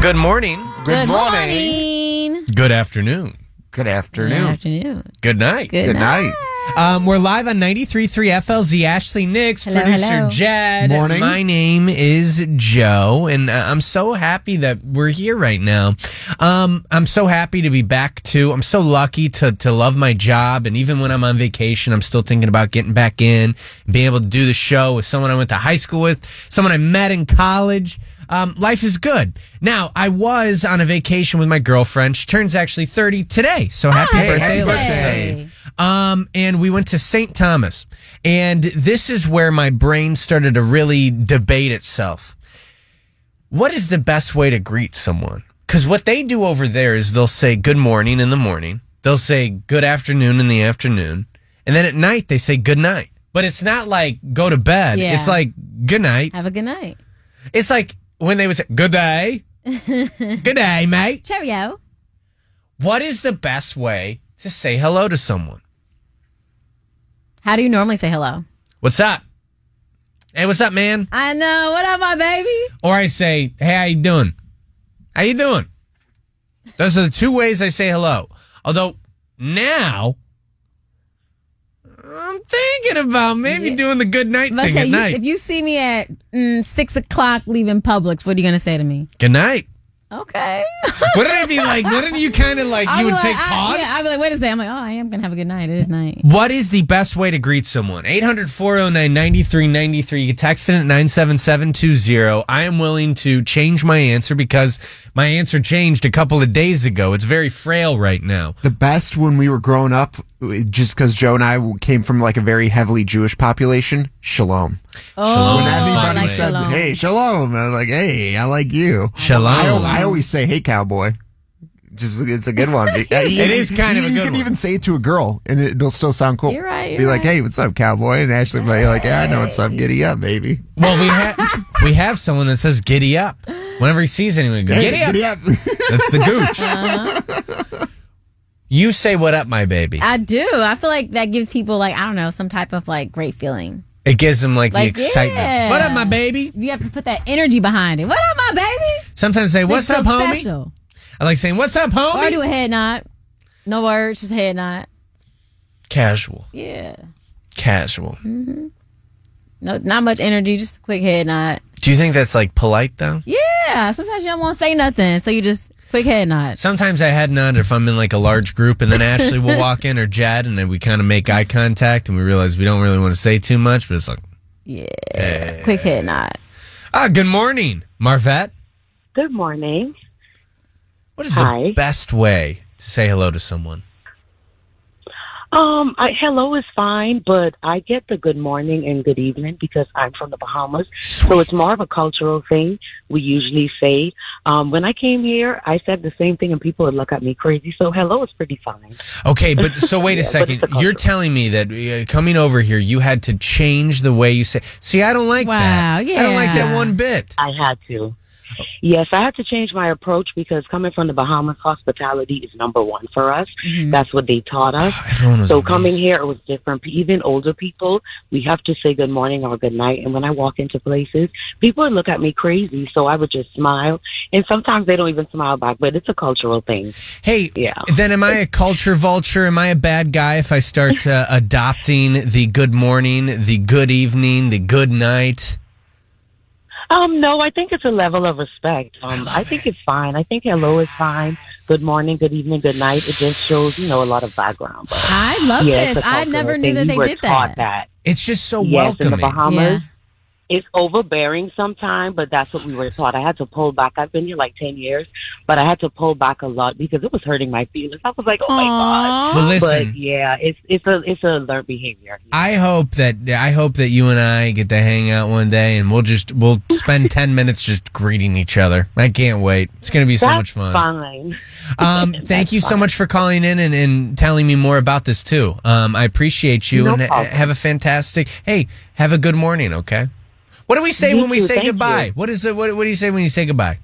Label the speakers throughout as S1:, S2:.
S1: Good morning.
S2: Good, morning.
S1: Good afternoon.
S2: Good afternoon.
S3: Good afternoon.
S1: Good night.
S3: Good,
S2: Good
S3: night.
S2: night.
S1: Um, we're live on 93.3 FLZ. Ashley Nix,
S3: Hello,
S1: producer
S3: hello.
S1: Jed.
S2: Morning.
S1: My name is Joe, and I- I'm so happy that we're here right now. Um, I'm so happy to be back too. I'm so lucky to to love my job, and even when I'm on vacation, I'm still thinking about getting back in, being able to do the show with someone I went to high school with, someone I met in college. Um, life is good. Now, I was on a vacation with my girlfriend. She turns actually 30 today. So happy
S2: Hey, happy
S1: birthday, Alexa.
S2: birthday.
S1: Um, and we went to St. Thomas. And this is where my brain started to really debate itself. What is the best way to greet someone? Because what they do over there is they'll say good morning in the morning, they'll say good afternoon in the afternoon, and then at night they say good night. But it's not like go to bed.
S3: Yeah.
S1: It's like good night.
S3: Have a good night.
S1: It's like when they would say good day, good day, mate.
S3: Cheerio.
S1: What is the best way to say hello to someone?
S3: How do you normally say hello?
S1: What's up? Hey, what's up, man?
S3: I know. What up, my baby?
S1: Or I say, hey, how you doing? How you doing? Those are the two ways I say hello. Although now I'm thinking about maybe
S3: Yeah.
S1: doing the good night
S3: If I
S1: thing
S3: say
S1: at
S3: you,
S1: night.
S3: if you see me at mm, six o'clock leaving Publix, what are you gonna say to me?
S1: good night.
S3: Okay.
S1: Wouldn't it be like? Wouldn't you kind of like you would take pause?
S3: I, yeah, I'd be like, wait a second. I'm like, oh, I am gonna have a good night. It is night.
S1: What is the best way to greet someone? 800 409 9393. You can text it at 97720. I am willing to change my answer because my answer changed a couple of days ago. It's very frail right now.
S2: The best when we were growing up, uh, just because Joe and I came from like a very heavily Jewish population, shalom.
S3: Oh,
S2: When
S1: Shalom.
S3: I
S2: everybody
S3: like
S2: said,
S3: shalom.
S2: hey, shalom, I was like, hey, I like you.
S1: Shalom.
S2: I, al- I always say, hey, cowboy. Just It's a good one. it
S1: is kind of a
S2: You
S1: good
S2: can
S1: one.
S2: even say it to a girl, and it'll still sound cool.
S3: You're right,
S2: Be
S3: you're
S2: like,
S3: right.
S2: hey, what's up, cowboy? And Ashley will be like, yeah, I know what's up. Giddy up, baby.
S1: Well, we, ha- we have someone that says giddy up. Whenever he sees anyone, go,
S2: Hey,
S1: giddy up.
S2: Giddy up.
S1: That's the gooch.
S3: Uh-huh.
S1: You say, What up, my baby?
S3: I do. I feel like that gives people like I don't know some type of like great feeling.
S1: It gives them like,
S3: Like,
S1: the excitement.
S3: yeah.
S1: What up, my baby?
S3: You have to put that energy behind it. What up, my baby?
S1: Sometimes they, What's
S3: Makes
S1: up,
S3: you feel
S1: homie?
S3: special.
S1: I like saying, What's up,
S3: Or
S1: homie?
S3: do a head nod. No words, just head nod.
S1: casual.
S3: Yeah.
S1: Casual.
S3: No, not much energy, just a quick head nod.
S1: Do you think that's like polite though?
S3: Yeah, sometimes you don't want to say nothing, so you just quick head nod.
S1: Sometimes I head nod if I'm in like a large group, and then Ashley will walk in or Jed, and then we kind of make eye contact, and we realize we don't really want to say too much, but it's like,
S3: Yeah, quick head nod.
S1: ah, good morning, Marvette.
S4: Good morning.
S1: What is the
S4: Hi.
S1: best way to say hello to someone?
S4: Um, I, hello is fine, but I get the good morning and good evening because I'm from the Bahamas, so it's
S1: Sweet.
S4: more of a cultural thing. We usually say, um, when I came here, I said the same thing, and people would look at me crazy. So hello is pretty fine.
S1: Okay, but so wait a
S4: Yeah, but
S1: second.
S4: it's a
S1: You're
S4: cultural-
S1: telling me that uh, coming over here, you had to change the way you say. See, I don't like that.
S3: Wow,
S1: I don't like that
S3: yeah.
S1: one bit.
S4: I had to. Yes, I had to change my approach because coming from the Bahamas, hospitality is number one for us.
S3: Mm-hmm.
S4: That's what they taught us.
S1: Oh, Everyone was
S4: So coming
S1: amazing.
S4: here, it was different. Even older people, we have to say good morning or good night. And when I walk into places, people would look at me crazy. So I would just smile. And sometimes they don't even smile back, but it's a cultural thing.
S1: Hey,
S4: Yeah.
S1: then am I a culture vulture? Am I a bad guy if I start uh, adopting the good morning, the good evening, the good night?
S4: Um, no, I think it's a level of respect. Um, I, think it's fine. I think hello is fine. Good morning, good evening, good night. It just shows, you know, a lot of background. But
S3: I love
S4: yeah, it's
S3: this.
S4: a
S3: I
S4: cultural
S3: never knew that
S4: thing. We
S3: they
S4: were
S3: did
S4: taught
S3: that.
S4: that.
S1: It's just so
S4: yes, in the
S1: welcoming.
S4: Bahamas. It's overbearing sometimes, but that's what we were taught. I had to pull back. I've been here like 10 years, but I had to pull back a lot because it was hurting my feelings. I was like, oh my God.
S3: Aww.
S1: Well, listen,
S4: But yeah, it's it's a it's a learned behavior.
S1: I hope that I hope that you and I get to hang out one day, and we'll just we'll spend ten minutes just greeting each other. I can't wait. It's going to be so
S4: That's
S1: much fun.
S4: fine.
S1: Um, thank
S4: That's
S1: you so
S4: fine.
S1: much for calling in and, and telling me more about this too. Um, I appreciate you
S4: No
S1: and
S4: problem.
S1: have a fantastic. Hey, have a good morning. Okay. What do we say
S4: You
S1: when we
S4: too,
S1: say
S4: thank
S1: goodbye?
S4: you.
S1: What is it? What, what do you say when you say goodbye?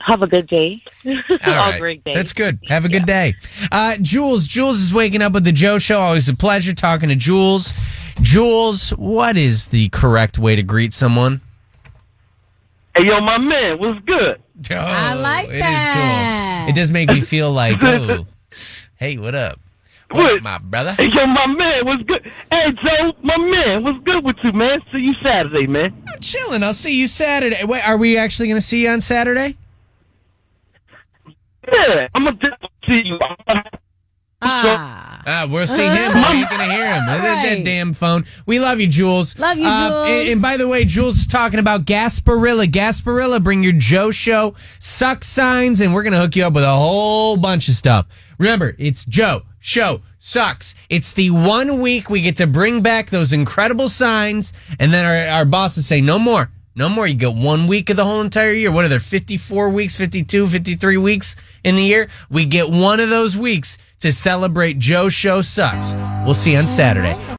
S4: Have a good day.
S1: All
S4: All
S1: right.
S4: great day.
S1: That's good. Have a good day. Uh, Jules, Jules is waking up with the Joe Show. Always a pleasure talking to Jules. Jules, what is the correct way to greet someone?
S5: Hey, yo, my man, what's good?
S3: I like
S1: Oh, it is
S3: that.
S1: cool. It does make me feel like, oh, hey, what up? What up,
S5: What?
S1: my brother?
S5: Hey, yo, my man, what's good? Hey, Joe, my man, what's good with you, man? See you Saturday, man.
S1: I'm chilling. I'll see you Saturday. Wait, are we actually going to see you on Saturday?
S5: Yeah, I'm gonna see you.
S3: Ah.
S1: Uh, we'll see him. but we ain't gonna hear him. That- That,
S3: Right.
S1: damn phone. We love you, Jules.
S3: Love you,
S1: and,
S3: Jules.
S1: and by the way, Jules is talking about Gasparilla. Gasparilla, bring your Joe show, suck signs, and we're gonna hook you up with a whole bunch of stuff. Remember, it's Joe show sucks. It's the one week we get to bring back those incredible signs, and then our, our bosses say no more. No more. You get one week of the whole entire year. What are there? 54 weeks, 52, 53 weeks in the year? We get one of those weeks to celebrate Joe Show Sucks. We'll see you on Saturday.